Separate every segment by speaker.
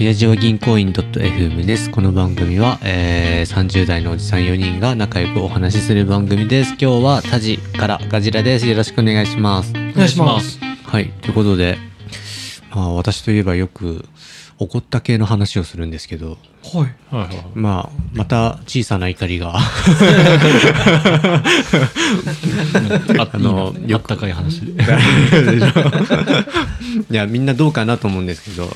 Speaker 1: ラジオ銀行員 .fm です。この番組は、えー、30代のおじさん4人が仲良くお話しする番組です。今日はタジからガジラです。よろしくお願いします。
Speaker 2: お願いします。
Speaker 1: はい。ということで、まあ私といえばよく怒った系の話をするんですけど、
Speaker 2: はい。
Speaker 3: はいはいはい。
Speaker 1: まあ、また小さな怒り が、
Speaker 3: あ
Speaker 1: あの
Speaker 3: いいなあったかい話で。
Speaker 1: いや、みんなどう かなと思うんですけど、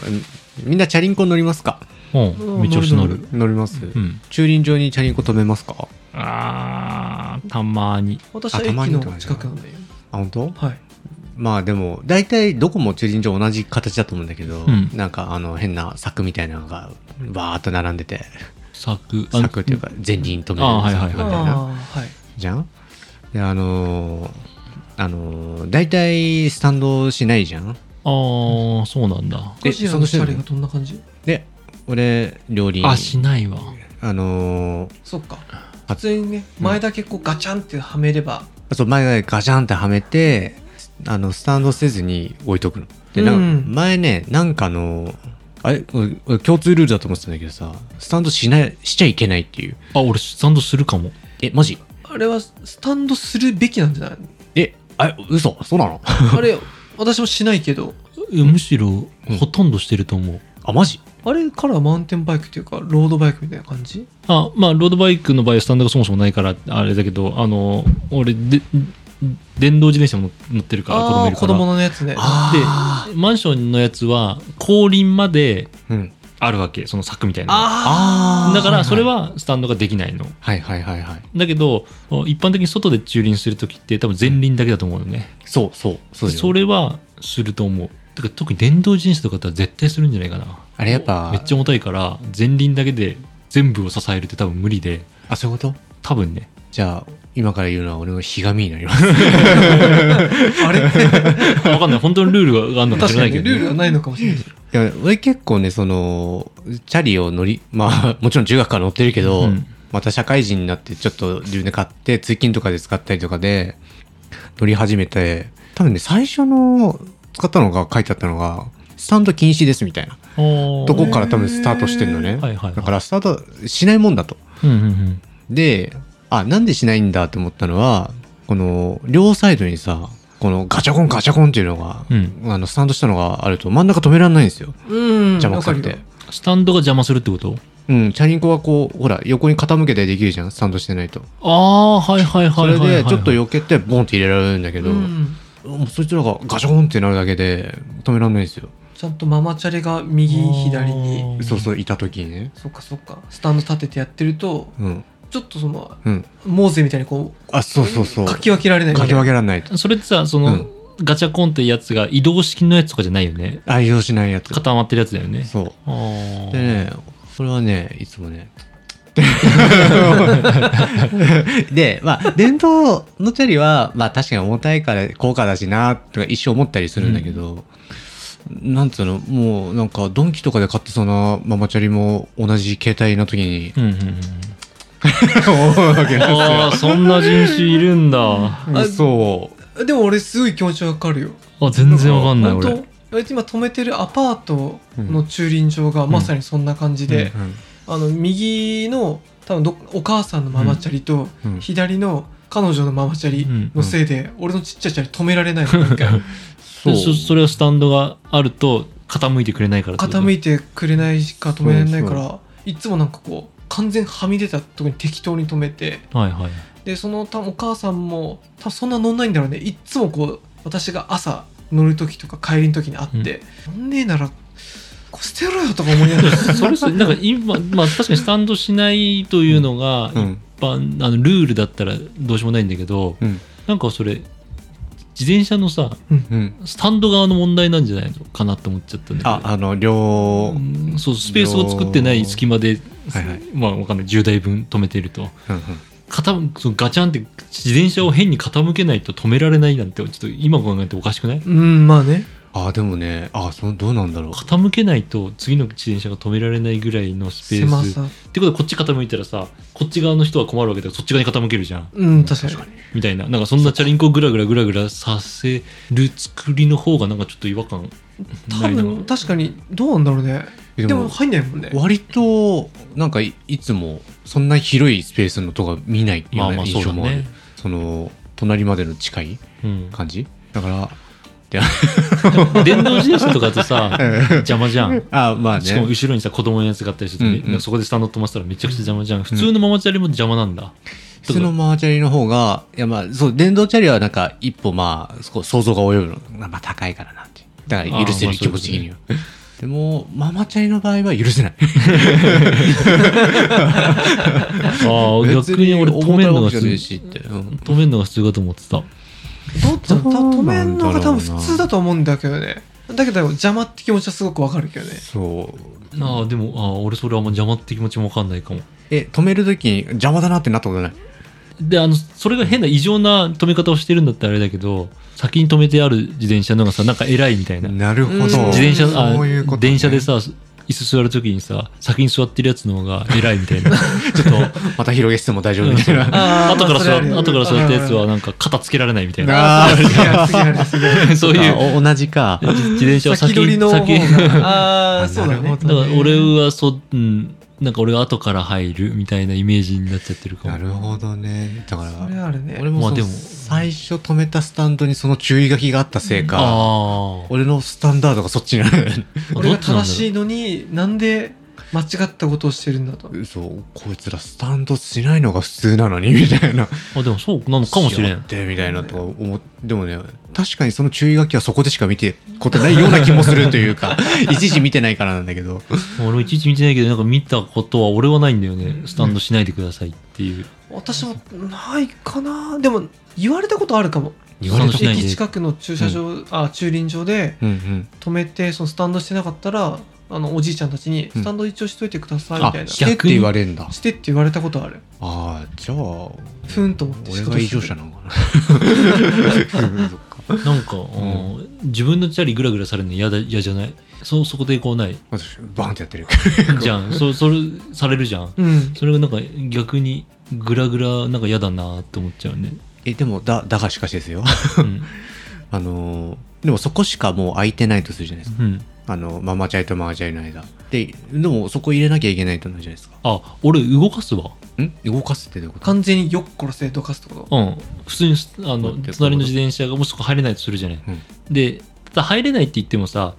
Speaker 1: みんなチャリンコ乗りますか
Speaker 3: うん、道押し乗る。
Speaker 1: 乗ります、
Speaker 3: うん。
Speaker 1: 駐輪場にチャリンコ止めますか
Speaker 3: あー、たまに。
Speaker 2: 私は
Speaker 1: あた
Speaker 2: 駅
Speaker 1: まにとか
Speaker 2: の
Speaker 1: じゃな
Speaker 2: 近
Speaker 1: い
Speaker 2: くなんで。
Speaker 1: あ、本当？
Speaker 2: はい。
Speaker 1: まあでも、大体どこも駐輪場同じ形だと思うんだけど、
Speaker 3: うん
Speaker 1: なんかあの変な柵みたいなのがバーっと並んでて、
Speaker 3: 柵。あ
Speaker 1: 柵っていうか前輪止める
Speaker 3: あはいはいはい
Speaker 1: 柵み
Speaker 2: あ
Speaker 1: たいな。
Speaker 2: あ、はい。
Speaker 1: じゃんで、あのーあのー大体スタンドしないじゃん
Speaker 3: あー、そうなんだ。
Speaker 1: え
Speaker 2: ガジラのシャレがどんな感じ
Speaker 1: で、俺、両輪、あ
Speaker 3: あ、しないわ。
Speaker 1: のー
Speaker 2: そっか。
Speaker 1: あ
Speaker 2: 普通にね、
Speaker 1: うん
Speaker 2: 前だけこうガチャンってはめれば。
Speaker 1: そう前がガチャンってはめてあのスタンドせずに置いとくのでなんか
Speaker 2: うん
Speaker 1: 前ねなんかあのあれ俺俺共通ルールだと思ってたんだけどさスタンドしないしちゃいけないっていう
Speaker 3: あ、俺、スタンドするかも。
Speaker 1: えマジ
Speaker 2: あれはスタンドするべきなんじゃないの
Speaker 1: えあ嘘そうなの
Speaker 2: あれ、私もしないけど、
Speaker 3: えむしろ
Speaker 1: うん、
Speaker 3: ほとんどしてると思う。
Speaker 1: あマジ
Speaker 2: あれからマウンテンバイクっていうか、ロードバイクみたいな感じ
Speaker 3: あ、まあ、ロードバイクの場合、スタンドがそもそもないから、あれだけど、あの、俺、で、電動自転車も乗ってるから、子
Speaker 2: あ
Speaker 3: 供い
Speaker 2: あ、
Speaker 3: る
Speaker 2: 子
Speaker 3: か
Speaker 2: 供
Speaker 3: ら。
Speaker 2: のやつね。
Speaker 1: あ
Speaker 3: マンションのやつは、後輪まで
Speaker 1: でうん
Speaker 3: あるわけ、その柵みたいな。
Speaker 2: あ
Speaker 1: ー
Speaker 3: だか
Speaker 1: はいはい
Speaker 3: ら、それはスタンドができないの。
Speaker 1: はいはいはいはい
Speaker 3: だけど一般的に外で駐輪するときって多分前輪だけだと思うのね、
Speaker 1: そうそうそうだよ
Speaker 3: それはすると思うてか特に電動自転車とかだったら絶対するんじゃないかな
Speaker 1: あれやっぱ
Speaker 3: めっちゃ重たいから前輪だけで全部を支えるって多分無理で
Speaker 1: あそういうこと
Speaker 3: 多分ね
Speaker 1: じゃあ今から言うのは俺のひがみになります
Speaker 2: あ。あれ
Speaker 3: 分かんない本当にルールがあるのか知ら
Speaker 2: 確か
Speaker 3: ない
Speaker 2: に
Speaker 3: け
Speaker 2: ね
Speaker 3: ど、
Speaker 2: ルールがないのかもしれない。
Speaker 1: いや俺結構ねそのチャリを乗りまあ もちろん中学から乗ってるけど、
Speaker 3: うん
Speaker 1: また社会人になってちょっと自分で買って通勤とかで使ったりとかで乗り始めて多分ね最初の使ったのが書いてあったのがスタンド禁止ですみたいな
Speaker 3: あー
Speaker 1: とこから多分スタートしてんのね、
Speaker 3: ーはいはいはい
Speaker 1: だからスタートしないもんだと
Speaker 3: うんうんうん
Speaker 1: であなんでしないんだと思ったのはこの両サイドにさこのガチャコンガチャコンっていうのが、
Speaker 3: うん
Speaker 1: あのスタンドしたのがあると真ん中止められないんですよ
Speaker 2: うん。
Speaker 1: 邪魔くさくて
Speaker 2: わかるよ
Speaker 3: スタンドが邪魔するってこと
Speaker 1: うん、チャリンコはこう、ほら、横に傾けてできるじゃん、スタンドしてないと。
Speaker 3: ああーはいはい
Speaker 1: そ
Speaker 3: はいは
Speaker 1: れ
Speaker 3: いは
Speaker 1: で、
Speaker 3: い
Speaker 1: ちょっと避けて、ボンって入れられるんだけど、
Speaker 2: うん。
Speaker 1: もうそいつらがガションってなるだけで、止めらんないんですよ。
Speaker 2: ちゃんとママチャリが右、左に。
Speaker 3: あー
Speaker 1: そうそう、いた時にね。
Speaker 2: そっかそっかスタンド立ててやってると
Speaker 1: うん、
Speaker 2: ちょっとその
Speaker 1: うん。
Speaker 2: モーゼみたいにこう
Speaker 1: あ、そうそうそう。
Speaker 2: かき分けられない
Speaker 1: かき分
Speaker 2: け
Speaker 1: けらんないと。
Speaker 3: それってさそうの、
Speaker 1: ん
Speaker 3: ガチャコンってやつが移動式のやつとかじゃないよね
Speaker 1: 愛用しないやつ。
Speaker 3: 固まってるやつだよね
Speaker 1: そ
Speaker 3: あ
Speaker 1: う。
Speaker 3: ー
Speaker 1: でね、それはね、いつも ね。で、まあ、伝統のチャリは、まあ確かに重たいから高価だしな、とか一生思ったりするんだけど、なんつうの、もうなんかドンキとかで買ってそうなママチャリも同じ携帯の時に
Speaker 3: うんう んうん
Speaker 1: 思うわ けな
Speaker 3: ああそんな人種いる んだあ
Speaker 1: んですよ。そう。
Speaker 2: でも俺すごい気持ちわかるよ
Speaker 3: 全然わかんない
Speaker 2: 本当
Speaker 3: 俺
Speaker 2: 俺今止めてるアパートの駐輪場がまさにそんな感じで、あの右の多分どお母さんのママチャリと、
Speaker 1: うんうん
Speaker 2: 左の彼女のママチャリのせいで、俺のちっちゃいチャリ止めら れないの一回
Speaker 1: そう。
Speaker 3: そそれはスタンドがあると傾いてくれないから
Speaker 2: 傾
Speaker 3: い
Speaker 2: いてくれないしか止められないからいつもなんかこう完全はみ出たとこに適当に止めて
Speaker 3: はいはい
Speaker 2: でそのたお母さんも多分そんな乗んないんだろうねいっつもこう私が朝乗る時とか帰りの時に会って、乗んねえならこう捨てろよとか思いながら
Speaker 3: それそれなんか今、 まあ、確かにスタンドしないというのが
Speaker 1: う
Speaker 3: 一
Speaker 1: ん。
Speaker 3: 般、あのルールだったらどうしようもないんだけど
Speaker 1: うん。
Speaker 3: なんかそれ自転車のさ
Speaker 1: うん。
Speaker 3: スタンド側の問題なんじゃないのかなって思っちゃったんだけど
Speaker 1: あ、あの、両、
Speaker 3: うんそうスペースを作ってない隙間で、
Speaker 1: はいはい
Speaker 3: まあわかんない10台分止めてると
Speaker 1: うんうん
Speaker 3: 傾そのガチャンって自転車を変に傾けないと止められないなんてちょっと今考えておかしくない
Speaker 2: うんまあね
Speaker 1: あ、でもね、あ、その、どうなんだろう。
Speaker 3: 傾けないと次の自転車が止められないぐらいのスペ
Speaker 2: 狭
Speaker 3: ース
Speaker 2: さ
Speaker 3: ってことはこっち傾いたらさこっち側の人は困るわけだからそっち側に傾けるじゃん
Speaker 2: うん確かに
Speaker 3: みたいななんかそんなチャリンコをグラグラグラグラさせる作りの方がなんかちょっと違和感
Speaker 2: 多
Speaker 3: ないな
Speaker 2: 分確かにどうなんだろうね
Speaker 1: え
Speaker 2: で
Speaker 1: で
Speaker 2: も
Speaker 1: も
Speaker 2: 入んないもんね
Speaker 1: 割となんかいいつもそんな広いスペースのとか見ないよう
Speaker 3: まあ
Speaker 1: な
Speaker 3: まあそ
Speaker 1: 印
Speaker 3: う
Speaker 1: 象
Speaker 3: だ
Speaker 1: もある、
Speaker 3: ね。
Speaker 1: その隣までの近い
Speaker 3: うん、
Speaker 1: 感じだから
Speaker 3: 電動自転車とかだとさ邪魔じゃん。
Speaker 1: あまあ
Speaker 3: しかも
Speaker 1: ね
Speaker 3: 後ろにさ子供のやつがあったりすると、
Speaker 1: うんうん
Speaker 3: そこでスタンド飛ませたらめちゃくちゃ邪魔じゃん。普通のママチャリも邪魔な んだ。
Speaker 1: 普通のマーチャリの方がいやまあそう電動チャリはなんか一歩まあそこ想像が及ぶのまあまあ高いからなってだから許せる
Speaker 3: あーまあそう
Speaker 1: 気
Speaker 3: で
Speaker 1: 持
Speaker 3: す
Speaker 1: ち
Speaker 3: ね
Speaker 1: 的には。でもママチャリの場合は許せない。
Speaker 3: ああ逆に俺
Speaker 1: 別
Speaker 3: 止める
Speaker 1: 重た
Speaker 3: のが
Speaker 1: いわけじゃねえ
Speaker 3: 普通
Speaker 1: しって。うん
Speaker 3: 止めるのが普通かと思ってた。
Speaker 2: どっちだ
Speaker 1: どうなんだろ
Speaker 2: 止
Speaker 1: うな
Speaker 2: めんのが多分普通だと思うんだけどねだけど邪魔って気持ちはすごくわかるけどね
Speaker 1: そう。
Speaker 3: ああでもああ俺それはあんま邪魔って気持ちもわかんないかも。
Speaker 1: え止めるときに邪魔だなってなったことない。
Speaker 3: であのそれが変な異常な止め方をしてるんだったらあれだけど先に止めてある自転車の方がさなんか偉いみたいな
Speaker 1: なるほ
Speaker 2: うん
Speaker 1: ど。
Speaker 2: 自
Speaker 3: 自転車あ
Speaker 1: そういうことね
Speaker 3: 電車でさ椅子座る時にさ先に座ってるやつの方が偉いみ たいなちょっと
Speaker 1: また広げしても大丈夫みたいな。
Speaker 2: あー
Speaker 3: 後から
Speaker 2: まあそれ
Speaker 3: 座
Speaker 2: あるよ
Speaker 3: 後から座ったやつはなんか肩つけられないみたいな
Speaker 1: あー
Speaker 2: あー次ある次ある次あ る
Speaker 3: そういう
Speaker 1: あお同じか。
Speaker 3: 自自転車を
Speaker 2: 先
Speaker 3: 先
Speaker 2: 取り
Speaker 3: に
Speaker 2: の方
Speaker 3: 先
Speaker 2: がああ
Speaker 1: あ
Speaker 2: そうだ
Speaker 1: な
Speaker 2: ね
Speaker 1: るほ
Speaker 3: だから俺はそ、うん、なんか俺が後から入るみたいなイメージになっちゃってるかも
Speaker 1: なるほどね。だか
Speaker 2: それ
Speaker 1: ら、
Speaker 2: あるね
Speaker 1: 俺も
Speaker 3: まあ
Speaker 1: そ
Speaker 3: で
Speaker 1: の
Speaker 3: も
Speaker 1: 最初止めたスタンドにその注意書きがあったせいか、
Speaker 3: ああ
Speaker 1: 俺のスタンダードがそっちになる。
Speaker 2: 俺が正
Speaker 3: い
Speaker 2: しいのになんで間違ったことをしてるんだと
Speaker 1: そう、こいつらスタンドしないのが普通なのに、みたいな。
Speaker 3: あでもそうなのかもしれ
Speaker 1: やっ
Speaker 3: ん
Speaker 1: て、みたいなとか思っでもね、確かにその注意書きはそこでしか見てことないような気もするというか、一時見てないからなんだけど。
Speaker 3: 俺もいちいち見てないけどなんか見たことは俺はないんだよねスタンドしないでくださいっていう
Speaker 2: 私もないかなでも言われたことあるかも
Speaker 1: 言われた
Speaker 3: ことない
Speaker 2: 駅近くの駐車場、あ駐輪場で
Speaker 1: うんうん。
Speaker 2: 止めてそのスタンドしてなかったらあのおじいちゃんたちに「
Speaker 1: うん
Speaker 2: スタンド一応しといてください」み
Speaker 1: あ
Speaker 2: たい、な「
Speaker 1: してって言われるんだ。
Speaker 2: して」って言われたことある
Speaker 1: ああ、じゃあ、
Speaker 2: ふんと思って
Speaker 1: 俺が異常者なのかな。 そっか
Speaker 3: なんか、うん自分のチャリグラグラされるの嫌だ嫌じゃないそそこでこうない
Speaker 1: 私、バンってやってる。
Speaker 3: じゃんそそれされるじゃん
Speaker 2: うん
Speaker 3: それがなんか逆にグラグラなんか嫌だなって思っちゃうね、
Speaker 1: え、でも、だ、だがしかしですよ。
Speaker 3: うん
Speaker 1: あのー、でもそこしかもう空いてないとするじゃないですか。
Speaker 3: うん、
Speaker 1: あの、ママチャリとママチャリの間。で、でもそこ入れなきゃいけないとなるじゃないですか。
Speaker 3: あ俺動かすわ
Speaker 1: ん動かすってどういうこと
Speaker 2: 完全によっこらせどかすってこ
Speaker 3: うん普通にすあの
Speaker 1: 待って
Speaker 3: 隣の自転車がもしそこ入れないとするじゃない、でただ入れないって言ってもさ、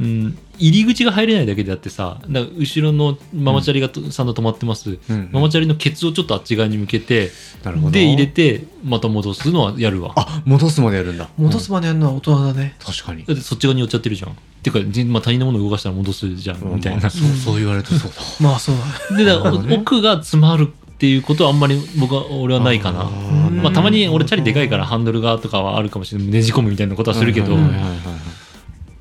Speaker 3: うん入り口が入れないだけであってさなんか後ろのママチャリがと、サンド止まってます
Speaker 1: うんうん
Speaker 3: ママチャリのケツをちょっとあっち側に向けて、
Speaker 1: なるほど。
Speaker 3: で入れてまた戻すのはやるわ
Speaker 1: あ、戻すまでやるんだ。
Speaker 2: と戻すまでやるのは大人だね、
Speaker 1: 確かに。
Speaker 3: だってそっち側に寄っちゃってるじゃんっていうか、じまあ、他人のものを動かしたら戻すじゃんみたい
Speaker 1: ま
Speaker 3: な
Speaker 1: あ、そう、そう言われるとそうだ。
Speaker 2: まあそう だね
Speaker 3: でだから
Speaker 1: なるほどね
Speaker 3: 奥が詰まるっていうことはあんまり僕は俺はないかな
Speaker 1: あー
Speaker 3: まあ、たまに俺チャリでかいから
Speaker 2: うん
Speaker 3: ハンドル側とかはあるかもしれないねじ込むみたいなことはするけど、
Speaker 1: はいはいはいはい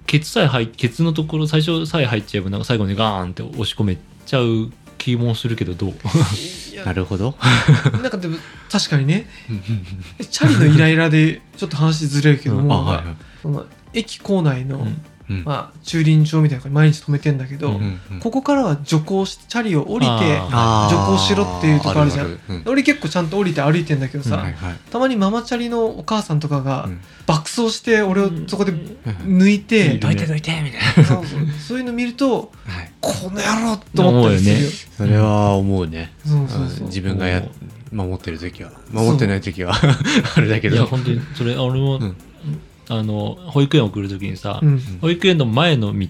Speaker 3: ケツさえ入っケツのところ最初さえ入っちゃえばなんか最後にガーンって押し込めちゃう気もするけどどう
Speaker 2: い
Speaker 1: な
Speaker 2: や
Speaker 1: るほど。
Speaker 2: なんかでも確かにねチャリのイライラでちょっと話ずれるけども、
Speaker 1: あはいはい
Speaker 2: その駅構内の、
Speaker 3: うん
Speaker 1: うん
Speaker 2: まあ、駐輪場みたいなとこに毎日止めてんだけど、
Speaker 1: うんうん
Speaker 2: ここからは徐行しチャリを降りて
Speaker 3: あ
Speaker 2: 徐行しろっていうとこあるじゃん
Speaker 1: あるある
Speaker 2: 俺結構ちゃんと降りて歩いてんだけど
Speaker 1: うん
Speaker 2: さ、
Speaker 1: はいはい
Speaker 2: たまにママチャリのお母さんとかが
Speaker 1: うん
Speaker 2: 爆走して俺をそこで抜い
Speaker 1: うん
Speaker 2: て、
Speaker 1: どいてどいてみたいな。
Speaker 2: そう そうそういうの見ると
Speaker 1: はい
Speaker 2: この野郎と思ったりするよ
Speaker 1: それは思うね。
Speaker 2: そうそうそ
Speaker 1: う
Speaker 2: う
Speaker 1: ん自分がや守ってる時は守ってない時は あれだけ
Speaker 3: いや
Speaker 1: ど
Speaker 3: 本当にそれ俺も、
Speaker 1: うん
Speaker 3: あの保育園送る時にさ、
Speaker 2: うん
Speaker 3: 保育園の前の道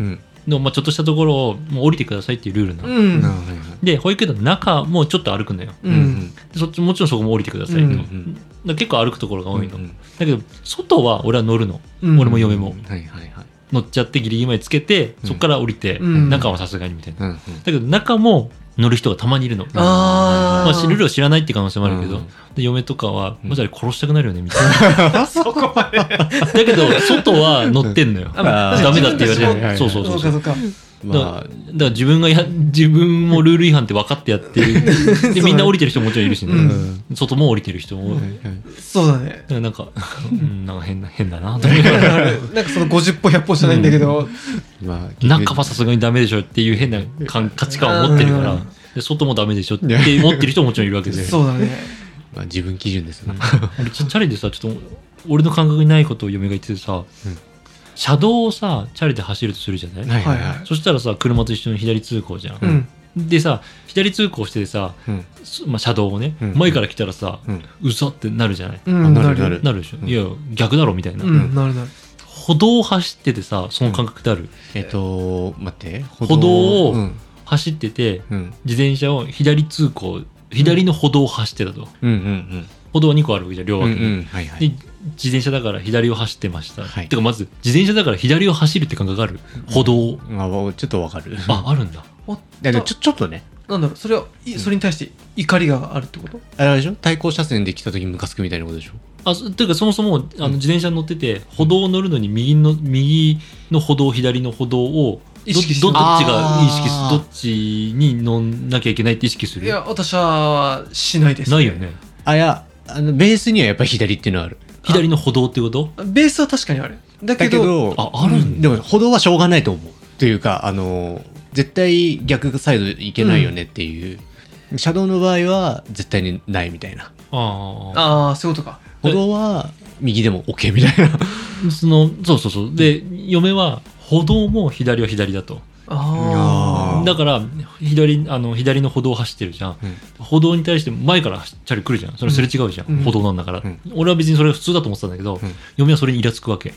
Speaker 1: うん
Speaker 3: の、まあ、ちょっとしたところをもう降りてくださいっていうルールなの、
Speaker 2: うん
Speaker 1: なはいはい
Speaker 3: で保育園の中もちょっと歩くのよ
Speaker 2: う
Speaker 1: うんん
Speaker 3: でそっちもちろんそこも降りてください、
Speaker 2: うん
Speaker 3: だ
Speaker 1: うん
Speaker 3: か
Speaker 1: うん
Speaker 3: ら結構歩くところが多いの、
Speaker 1: うんうん
Speaker 3: だけど外は俺は乗るの、
Speaker 2: うん
Speaker 3: 俺も嫁も
Speaker 1: はいはいはい
Speaker 3: 乗っちゃってギリギリまでつけてそこから降りて、
Speaker 2: うん
Speaker 3: 中はさすがにみたいな
Speaker 1: うんうん
Speaker 3: だけど中も乗る人がたまにいるの
Speaker 2: あ
Speaker 3: ま
Speaker 2: ー
Speaker 3: あ、ルールを知らないって可能性もあるけど、
Speaker 1: うん
Speaker 3: で嫁とかは「
Speaker 1: うん
Speaker 3: もしあれ殺したくなるよね」みたい な
Speaker 2: そこまで
Speaker 3: だけど外は乗ってんのよ
Speaker 2: あまあ
Speaker 3: ダメだって言われ
Speaker 2: 自分
Speaker 3: て
Speaker 1: た
Speaker 3: る
Speaker 1: ちも
Speaker 3: そうそう
Speaker 2: そ
Speaker 3: そううそ
Speaker 2: か
Speaker 3: う
Speaker 2: そうか
Speaker 3: だ
Speaker 1: ま
Speaker 3: からだから自分がや自分もルール違反って分かってやって るでみんな降りてる人ももちろんいるしね、
Speaker 1: あう
Speaker 2: うん
Speaker 1: ん
Speaker 3: 外も降りてる人も、
Speaker 1: は
Speaker 3: だ
Speaker 1: いはい
Speaker 2: そうだ ね
Speaker 3: から なんか、うん、なんか変な変だなと思いながら
Speaker 2: なんかその50歩100歩じゃないんだけど、
Speaker 1: まあ
Speaker 3: 中はさすがにダメでしょっていう変な感価値観を持ってるから、
Speaker 2: うん
Speaker 3: で外もダメでしょって持ってる人ももちろんいるわけ で
Speaker 2: そうだね
Speaker 1: まあ自分基準ですよね
Speaker 3: 俺ちょチャリでさちょっと俺の感覚にないことを嫁が言っててさ、車道をさチャリで走るとするじゃない、
Speaker 1: はいはいは
Speaker 2: はいい。
Speaker 3: そしたらさ車と一緒に左通行じゃん、
Speaker 2: うん
Speaker 3: でさ左通行しててさ、
Speaker 1: うん
Speaker 3: すまあ、車道をね、
Speaker 1: うん
Speaker 3: 前から来たらさ、
Speaker 1: うん
Speaker 3: うさってなるじゃない、
Speaker 2: うん
Speaker 1: なるなる
Speaker 3: なるでしょ、
Speaker 1: うん
Speaker 3: いや逆だろみたいな、
Speaker 2: うんなるなる
Speaker 3: 歩道を走っててさその感覚ってある、
Speaker 1: えっと、待って。歩
Speaker 3: 歩道を
Speaker 1: うん。
Speaker 3: 走ってて
Speaker 1: うん。
Speaker 3: 自転車を左通行左の歩道を走ってたと、
Speaker 1: うんうん
Speaker 3: 歩道は2個あるわけじゃん両
Speaker 1: うん。う
Speaker 3: 脇
Speaker 1: ん
Speaker 3: に、
Speaker 1: うん。はいは
Speaker 3: で
Speaker 1: い。
Speaker 3: 自転車だから左を走ってました、
Speaker 1: はい
Speaker 3: てかまず自転車だから左を走るって感覚ある歩道を、
Speaker 1: まあ、ちょっとわかる。
Speaker 3: ああるんだ
Speaker 2: おっ
Speaker 1: いやでも
Speaker 2: と
Speaker 1: ちょ、ちょっとね。
Speaker 2: なんだろうそれはいそれに対して怒りがあるってこと
Speaker 1: あれでしょ対向車線で来た時ムカつくみたいなことでしょ
Speaker 3: あそていうかそもそもあの
Speaker 1: うん
Speaker 3: 自転車に乗ってて歩道を乗るのに右の右の歩道左の歩道をど
Speaker 2: 意識して
Speaker 3: どどっちが
Speaker 1: あー
Speaker 3: 意識すどっちに乗んなきゃいけないって意識する
Speaker 2: いや私はしないです
Speaker 3: ないよね
Speaker 1: あ、いや、あの、ベースにはやっぱり左っていうのはある。
Speaker 3: 左の歩道ってこと
Speaker 2: ベースは確かにあるだけ
Speaker 1: だけ
Speaker 2: ど
Speaker 1: ど、
Speaker 3: ああるん
Speaker 1: で
Speaker 3: だ、
Speaker 1: も歩道はしょうがないと思う。というか、あの、絶対逆サイド行けないよねっていう。車道の場合は絶対にないみたいな。
Speaker 3: ああ
Speaker 2: ああそういうことか
Speaker 1: 歩道は右でも OK みたいな。
Speaker 3: そのそうそうそうで嫁は歩道も左は左だと
Speaker 2: あ
Speaker 1: ー
Speaker 3: だから左あの左の歩道を走ってるじゃん、
Speaker 1: うん
Speaker 3: 歩道に対して前からチャリ来るじゃんそれすれ違うじゃん、
Speaker 2: うん
Speaker 3: 歩道なんだから、
Speaker 1: うん
Speaker 3: 俺は別にそれが普通だと思ってたんだけど、
Speaker 1: うん
Speaker 3: 嫁はそれにイラつくわけ、
Speaker 2: あへ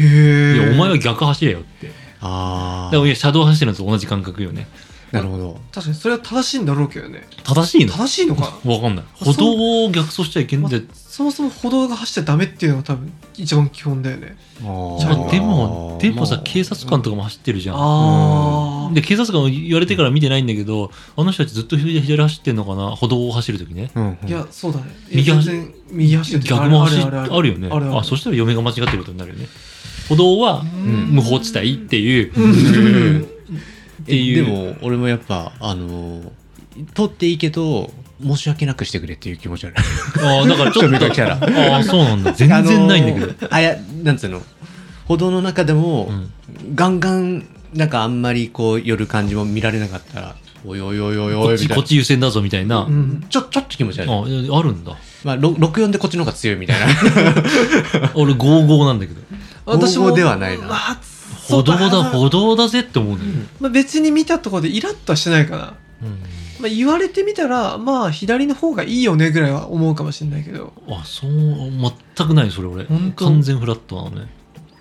Speaker 2: え
Speaker 3: いやお前は逆走れよって
Speaker 1: あ
Speaker 3: だからいや車道走ってるのと同じ感覚よね
Speaker 1: あ、なるほど。
Speaker 2: 確かにそれは正しいんだろうけどね
Speaker 3: 正しいの
Speaker 2: 正しいのか
Speaker 3: わかんない歩
Speaker 2: そう
Speaker 3: 道を逆走しちゃいけんで、
Speaker 2: そもそも歩道が走っちゃダメっていうのが多分一番基本だよね
Speaker 1: じ
Speaker 2: じ
Speaker 3: ま
Speaker 2: ゃ
Speaker 3: あでもでもさ警察官
Speaker 1: と
Speaker 3: とかも走ってるじゃん
Speaker 2: ああ
Speaker 3: で警察官言われてから見てないんだけどあの人たちずっと左左走ってんのかな歩道を走るときね
Speaker 2: いやそうだね
Speaker 3: 右
Speaker 2: 全
Speaker 3: 走
Speaker 2: 然右走ってる
Speaker 3: 逆も走
Speaker 2: あるあるある
Speaker 3: あるよね
Speaker 2: あるある
Speaker 3: あそしたら嫁が間違ってることになるよね歩道は
Speaker 2: うん
Speaker 3: 無法地帯っていう
Speaker 2: うん
Speaker 1: うん
Speaker 3: っていう
Speaker 1: でも俺もやっぱあのー取っていいけど申し訳なくしてくれっていう気持ちある
Speaker 3: あーだからちょっ
Speaker 1: 人目が来
Speaker 3: と
Speaker 1: たら
Speaker 3: ああそ うなんだ全然ないんだけど、
Speaker 1: あのーあいやなんつうの歩道の中でも、
Speaker 3: うん
Speaker 1: ガンガンなんかあんまりこう寄る感じも見られなかったらおいおいおいおい
Speaker 3: こ
Speaker 1: お
Speaker 3: っ
Speaker 1: いみ
Speaker 3: ち
Speaker 1: たい
Speaker 3: こっ
Speaker 1: な
Speaker 3: ち優先だぞみたいな、
Speaker 2: うん
Speaker 1: ちょちょっと気持ち悪い、
Speaker 3: ああるんだ
Speaker 1: まあ、ろ64でこっちの方が強いみたいな
Speaker 3: 俺55なんだけど
Speaker 2: 私
Speaker 1: 合
Speaker 2: も
Speaker 1: 法ではないな
Speaker 2: あそ
Speaker 3: 歩
Speaker 2: うか
Speaker 3: 道だ歩道だぜって思うのよ、
Speaker 2: まあ、別に見たところでイラッとはしてないかな、まあ、言われてみたらまあ左の方がいいよねぐらいは思うかもしれないけど
Speaker 3: あそう全くないそれ俺
Speaker 2: 本当
Speaker 3: 完全フラットなのね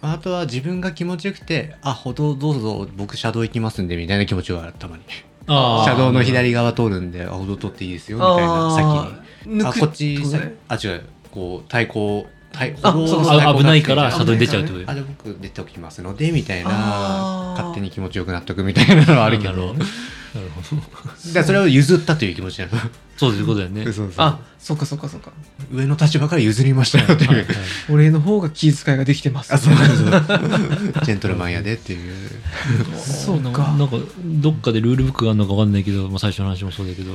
Speaker 1: あとは自分が気持ちよくてあ歩道どうぞ僕車道行きますんでみたいな気持ちはたまに
Speaker 3: あー
Speaker 1: 車道の左側通るんであ歩道通っていいですよみたいな先に
Speaker 2: に
Speaker 1: あこっち
Speaker 2: と
Speaker 1: さ
Speaker 2: ね
Speaker 1: あ違うこう対抗対歩
Speaker 2: あ
Speaker 1: 道
Speaker 2: そう
Speaker 1: の
Speaker 2: そう
Speaker 1: 対
Speaker 3: あ
Speaker 1: 抗
Speaker 3: 危ないから
Speaker 1: が
Speaker 3: 車道に出ちゃうってこと
Speaker 1: あじゃあ僕出ておきますのでみたいな
Speaker 2: あー
Speaker 1: 勝手に気持ちよくなっとくみたいなのはあるけ
Speaker 3: なるほ
Speaker 1: ど
Speaker 3: どなるほど
Speaker 1: だからそれを譲ったという気持ちなの
Speaker 3: そういうことだよね
Speaker 1: そうそう
Speaker 2: あそっかそっかそっか
Speaker 1: 上の立場から譲りましたよって
Speaker 3: はい
Speaker 1: い
Speaker 3: はいう
Speaker 2: 俺の方が気遣いができてます
Speaker 1: あそうそうそうジェントルマンやでっていう
Speaker 2: そう
Speaker 3: なん
Speaker 2: か
Speaker 3: なんかどっかでルールブックがあるのか分かんないけど、まあ、最初の話もそうだけど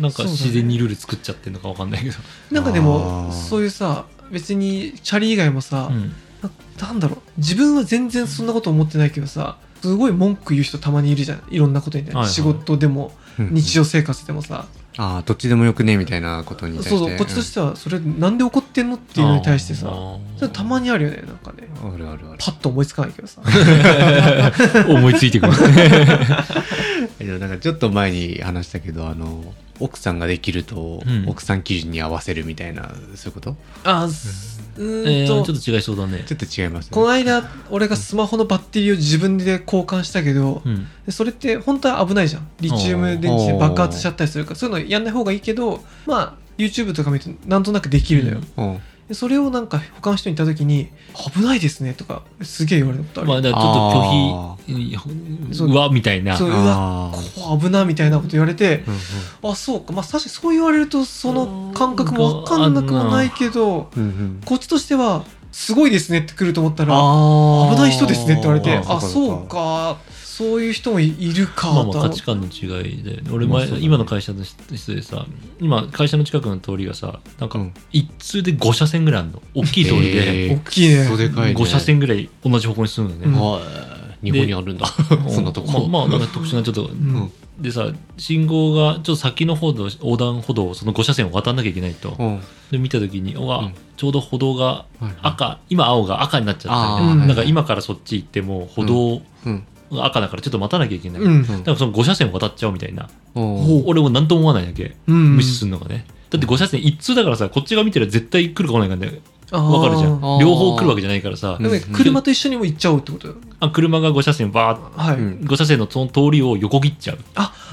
Speaker 3: なんか自然にルール作っちゃってるのか分かんないけど
Speaker 2: なんかで
Speaker 1: あ
Speaker 2: も
Speaker 1: ー
Speaker 2: そういうさ別にチャリ以外もさ、
Speaker 3: うん
Speaker 2: ななんだろう自分は全然そんなこと思ってないけどさすごい文句言う人たまにいるじゃんいろんなことにね、
Speaker 3: はいはい
Speaker 2: 仕事でも日常生活でもさ、
Speaker 1: あーどっちでもよくねみたいなことに対して
Speaker 2: そうそうこっちとしてはそれなんで怒ってんのっていうのに対してさ
Speaker 3: あー
Speaker 2: それたまにあるよねなんかね
Speaker 1: うんあるあるある
Speaker 2: パッと思いつかないけ どさ
Speaker 3: 思いついてく る
Speaker 1: いやなんかちょっと前に話したけどあの奥さんができると、
Speaker 3: うん
Speaker 1: 奥さん基準に合わせるみたいなそういうこと
Speaker 2: あすう
Speaker 3: えー
Speaker 2: ー
Speaker 3: ち
Speaker 2: んと
Speaker 3: ょっと違いそうだね
Speaker 1: ちょっと違います
Speaker 2: こ
Speaker 1: ね
Speaker 2: の間俺がスマホのバッテリーを自分で交換したけど、
Speaker 3: うん
Speaker 2: でそれって本当は危ないじゃんリチウム電池で爆発しちゃったりするからそういうのやんない方がいいけどまあ YouTube とか見るとなんとなくできるのよ、
Speaker 3: うん
Speaker 1: うん
Speaker 2: でそれをなんか他の人に言った時に「危ないですね」とかすげえ言われたことある、
Speaker 3: まあだからちょっと拒
Speaker 2: そう
Speaker 3: 否うわみたいな
Speaker 2: そううわ
Speaker 1: あー
Speaker 2: こう危なみたいなこと言われて
Speaker 1: うん
Speaker 2: あそうかまあ確かにそう言われるとその感覚も分かんなくもないけど
Speaker 1: うんうん
Speaker 2: こっちとしては「すごいですね」って来ると思ったら「
Speaker 1: あー
Speaker 2: 危ない人ですね」って言われて
Speaker 1: あ
Speaker 2: あ
Speaker 1: ー
Speaker 2: そうかそういう人もいるか
Speaker 3: まあま
Speaker 2: と
Speaker 3: あ
Speaker 2: 思
Speaker 3: 価
Speaker 2: って
Speaker 3: 値観の違いだよね俺
Speaker 1: まあ
Speaker 3: 前、
Speaker 1: そうだね
Speaker 3: 今の会社の人でさ今会社の近くの通りがさなん
Speaker 1: う
Speaker 3: か
Speaker 1: ん
Speaker 3: 一通で5車線ぐらいあるの大きい通り
Speaker 1: へ
Speaker 3: で
Speaker 1: ー
Speaker 2: 大きいね
Speaker 1: クソでかいね
Speaker 3: 5車線ぐらい同じ方向に進むのね、
Speaker 2: うん
Speaker 1: はい日本にあるんだそんなとこ、
Speaker 3: まあまあなんか特殊なちょっと、
Speaker 2: ん
Speaker 3: でさ信号がちょっと先の方の横断歩道その5車線を渡んなきゃいけないと、
Speaker 1: うん
Speaker 3: で見た時にうわ、
Speaker 1: うん
Speaker 3: ちょうど歩道が
Speaker 1: はいはい
Speaker 3: 赤、今青が赤になっちゃって
Speaker 2: あー
Speaker 3: なんか今からそっち行っても歩道
Speaker 1: うん
Speaker 3: が赤だからちょっと待たなきゃいけない、
Speaker 2: うん
Speaker 3: だからその5車線渡っちゃおうみたいな、
Speaker 1: おー
Speaker 3: 俺も何とも思わないだけ
Speaker 2: うん
Speaker 3: 無視するのがね、だって5車線一通だからさこっちが見てるら絶対来るか来ないかで、ね、
Speaker 2: わ
Speaker 3: 分かるじゃん
Speaker 1: あー
Speaker 3: 両方来るわけじゃないからさ、
Speaker 1: うん
Speaker 2: だから車と一緒にも行っちゃおうってことだよ
Speaker 3: あ車が5車線バーっ
Speaker 2: はい、
Speaker 1: うん
Speaker 3: 5車線のその通りを横切っちゃう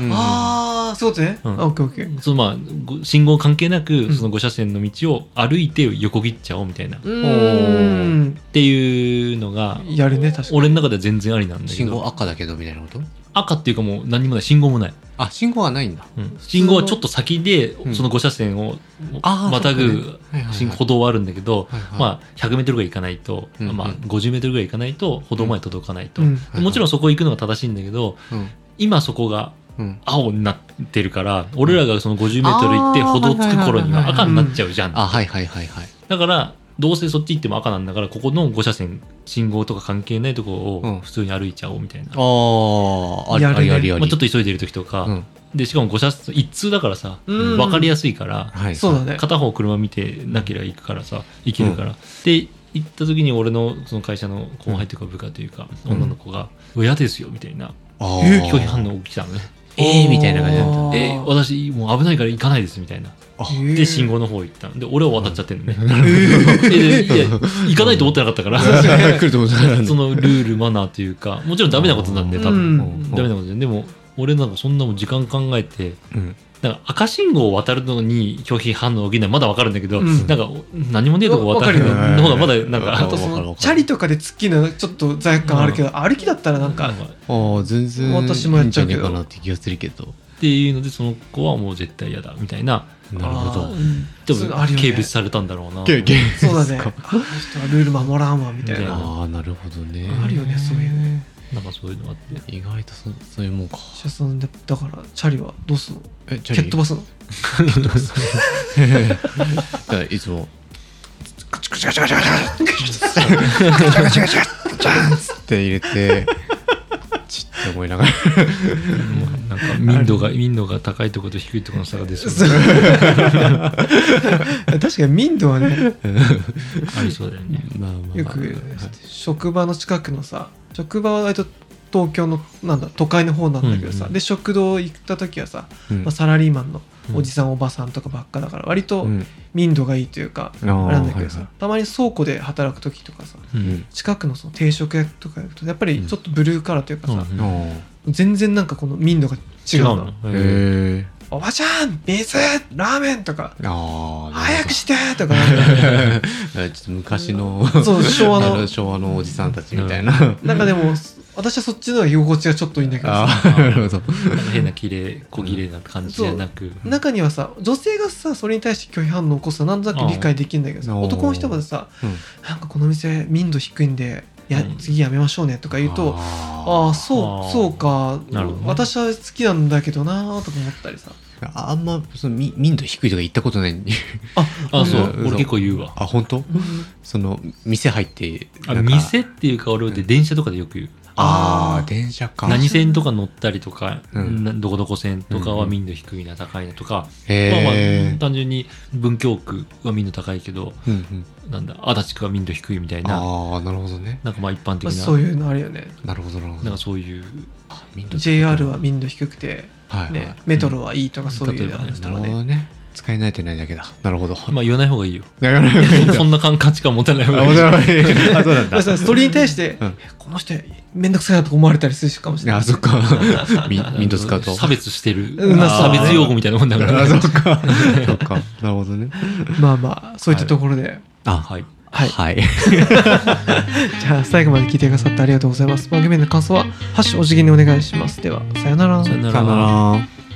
Speaker 1: うん
Speaker 2: ああそういうことね、
Speaker 3: うん
Speaker 2: あオッケーオッケー
Speaker 3: そのまあご信号関係なく
Speaker 2: ん
Speaker 3: その5車線の道を歩いて横切っちゃおうみたいな、っ
Speaker 2: うーん
Speaker 3: ていうのが
Speaker 2: やるね確かに
Speaker 3: 俺の中では全然ありなんだけ
Speaker 1: 信号
Speaker 3: ど
Speaker 1: 赤だけどみたいなこと
Speaker 3: 赤っていうかもう何にもない信号もない、
Speaker 1: あ信号はないんだ
Speaker 3: うん信号はちょっと先で
Speaker 1: ん
Speaker 3: その5車線を
Speaker 1: あー
Speaker 3: また
Speaker 1: そうか
Speaker 3: ぐ
Speaker 1: はいはいはい
Speaker 3: 信歩道はあるんだけど
Speaker 1: はいはい
Speaker 3: まあ 100m ぐらい行かないと、
Speaker 1: うんうん
Speaker 3: まあ、50m ぐらい行かないと歩道まで届かないと、
Speaker 2: うん
Speaker 1: うん
Speaker 3: もちろんそこ行くのが正しいんだけど
Speaker 1: うん
Speaker 3: 今そこが
Speaker 1: うん
Speaker 3: 青になってるから俺らがその 50m 行って
Speaker 1: あー
Speaker 3: 歩道着く頃には赤になっちゃうじゃん
Speaker 1: あはいはいはいはい
Speaker 3: だからどうせそっち行っても赤なんだからここの5車線信号とか関係ないとこ
Speaker 1: う
Speaker 3: を
Speaker 1: ん
Speaker 3: 普通に歩いちゃおうみたいな、
Speaker 1: あーあり
Speaker 2: やるね
Speaker 1: ありありあり
Speaker 3: まあ、ちょっと急いでる時とか、
Speaker 1: うん
Speaker 3: でしかも5車線一通だからさ、
Speaker 2: うん
Speaker 3: 分かりやすいから、
Speaker 1: はい
Speaker 2: そうだね
Speaker 3: 片方車見てなければ行くからさ行けるから、で行った時に俺のその会社の後輩というか部下というか、
Speaker 1: うん
Speaker 3: 女の子が「うわ嫌ですよ」みたいな
Speaker 1: あ
Speaker 3: いう拒否反応が起きたのね
Speaker 1: ええみたいな感じだった
Speaker 3: 「
Speaker 2: あー
Speaker 3: えー私もう危ないから行かないです」みたいな
Speaker 2: へー
Speaker 3: で信号の方行ったんで俺は渡っちゃってるのね、 えでいや行かないと思ってなかったから
Speaker 1: 来ると思ったら
Speaker 3: そのルールマナーというかもちろんダメなことなんで多分、
Speaker 2: うん
Speaker 3: ダメなことででも俺なんかそんなもん時間考えて
Speaker 1: うん
Speaker 3: なんか赤信号を渡るのに拒否反応起きないまだわかるんだけど、
Speaker 2: うん
Speaker 3: なんか何もねえとこ渡る
Speaker 2: わ
Speaker 1: かるよ
Speaker 3: の方がまだなん
Speaker 1: あ
Speaker 2: あ
Speaker 3: か
Speaker 2: と
Speaker 1: わ
Speaker 2: そ
Speaker 1: かるわ
Speaker 2: の
Speaker 1: かる
Speaker 2: チャリとかで突っ切るのはちょっと罪悪感あるけど、歩きだったらなん
Speaker 3: な
Speaker 2: か
Speaker 3: んかっ
Speaker 1: ああ全然
Speaker 2: 私もやっちゃうけど
Speaker 1: いいんじゃねえかなって気がするけど
Speaker 3: ていうのでその子はもう絶対嫌だみたいな
Speaker 1: なるほ
Speaker 2: あー
Speaker 1: ど
Speaker 2: うん
Speaker 3: 多
Speaker 2: そうい
Speaker 3: 分
Speaker 2: うのあるよね
Speaker 3: 軽蔑されたんだろうな
Speaker 1: けけ
Speaker 2: そうだねあの人はルール守らんわみたい
Speaker 3: みたい
Speaker 2: な
Speaker 1: ああなるほどね
Speaker 2: あるよねそういうね
Speaker 3: なんかそういうのがあって
Speaker 1: 意外とそそういうもんか
Speaker 2: シャさんだだからチャリはどうすんの
Speaker 1: えチ
Speaker 2: 蹴っ飛ばすの
Speaker 1: だからいつも
Speaker 2: カチカチカチカチカチ
Speaker 1: ジャーンっつって入れてちって思いながら
Speaker 3: なんか民度が民度が高いところと低いところの差が出そう
Speaker 2: そう確かに民度はね
Speaker 3: ありそうだよね
Speaker 1: まあまあまあ
Speaker 2: よく職場の近くのさ職場は割と東京のなんだ都会の方なんだけど
Speaker 3: う
Speaker 2: さ、
Speaker 3: んうん
Speaker 2: で食堂行った時はさ、
Speaker 1: うん
Speaker 2: まあ、サラリーマンの
Speaker 3: うん
Speaker 2: おじさん、おばさんとかばっかだから割と
Speaker 1: うん
Speaker 2: 民度がいいというか、
Speaker 1: あー
Speaker 2: あれなんだけどさ、
Speaker 1: はいは
Speaker 2: たまに倉庫で働く時とかさ
Speaker 3: うん
Speaker 2: 近くのその定食屋とか行くとやっぱりちょっとブルーカラーというかさ、
Speaker 3: うん
Speaker 1: あ
Speaker 2: 全然なんかこの民度が違うの
Speaker 1: あ
Speaker 3: へえ
Speaker 1: へえ
Speaker 2: おばちゃん水ラーメンとか
Speaker 1: ああ
Speaker 2: 早くして と かなんか
Speaker 1: えちょっと昔の
Speaker 2: そう昭和の
Speaker 1: あ昭和のおじさんたちみたいな
Speaker 2: なんかでも私はそっちの方が居心地がちょっといいんだけどさ
Speaker 1: ああなるほど
Speaker 3: なんか変な綺麗小綺麗な感じじゃなく
Speaker 2: 中にはさ女性がさそれに対して拒否反応を起こすのはなんとなく理解できるんだけどさ
Speaker 1: あー
Speaker 2: 男の人までさ、
Speaker 1: うん
Speaker 2: なんかこの店民度低いんでいや
Speaker 3: うん
Speaker 2: 次やめましょうねとか言うと、ああ
Speaker 1: あ
Speaker 2: そ
Speaker 3: あ
Speaker 2: う
Speaker 3: ー
Speaker 2: そうか、
Speaker 3: なるほどね
Speaker 2: 私は好きなんだけどなーとか思ったりさ
Speaker 1: ああんまそのみ民度低いとか行ったことないのに
Speaker 2: あ
Speaker 3: あそう
Speaker 1: うん
Speaker 3: 俺結構言うわ
Speaker 1: あ本当その店入って
Speaker 3: あ
Speaker 1: なんか
Speaker 3: 店っていうか俺で電車とかでよく言う
Speaker 1: ああ電車か
Speaker 3: 何線とか乗ったりとか、
Speaker 1: うん
Speaker 3: などこどこ線とかは民度低いな高いなとか、まあま
Speaker 1: へ
Speaker 3: あ
Speaker 1: え
Speaker 3: 単純に文京区は民度高いけど
Speaker 1: うんうん
Speaker 3: なんだ足立区は民度低いみたいな
Speaker 1: ああなるほどね
Speaker 3: なんかまあ一般的
Speaker 2: まあ、
Speaker 3: な,、
Speaker 2: そういうのあるよね
Speaker 1: なるほどなるほ
Speaker 3: なんか
Speaker 1: ど
Speaker 3: そういう
Speaker 1: 民度低い
Speaker 2: JR は民度低くて、
Speaker 1: はいはい
Speaker 2: ね、メトロはいいとかそうい
Speaker 3: 例え
Speaker 2: う
Speaker 3: ばね
Speaker 2: 話と
Speaker 1: なる
Speaker 2: か
Speaker 1: ほ
Speaker 2: ね
Speaker 1: どね使い慣れてないだけだなるほど
Speaker 3: まあ言わない方がいいよ
Speaker 1: なるほど
Speaker 3: そんな感価値観持たない方
Speaker 1: あ
Speaker 3: が
Speaker 1: 面
Speaker 3: いい
Speaker 1: 白いあそうなん
Speaker 2: だから
Speaker 1: だ
Speaker 2: さそれに対して、
Speaker 1: うん
Speaker 2: この人めんどくさいなとか思われたりするかもしれない
Speaker 1: あそっか み民度使うと
Speaker 3: 差別してる
Speaker 2: うんまあ
Speaker 3: 差別用語みたいなもんだから、
Speaker 1: あそっ かそっかなるほどね
Speaker 2: まあまあそういったところで、
Speaker 1: あ
Speaker 3: はい
Speaker 2: はい
Speaker 1: はい
Speaker 2: じゃあ最後まで聞いてくださってありがとうございます。番組への感想は、ハッシュお辞儀にお願いします。では、さよなら
Speaker 3: さよな
Speaker 1: さよなら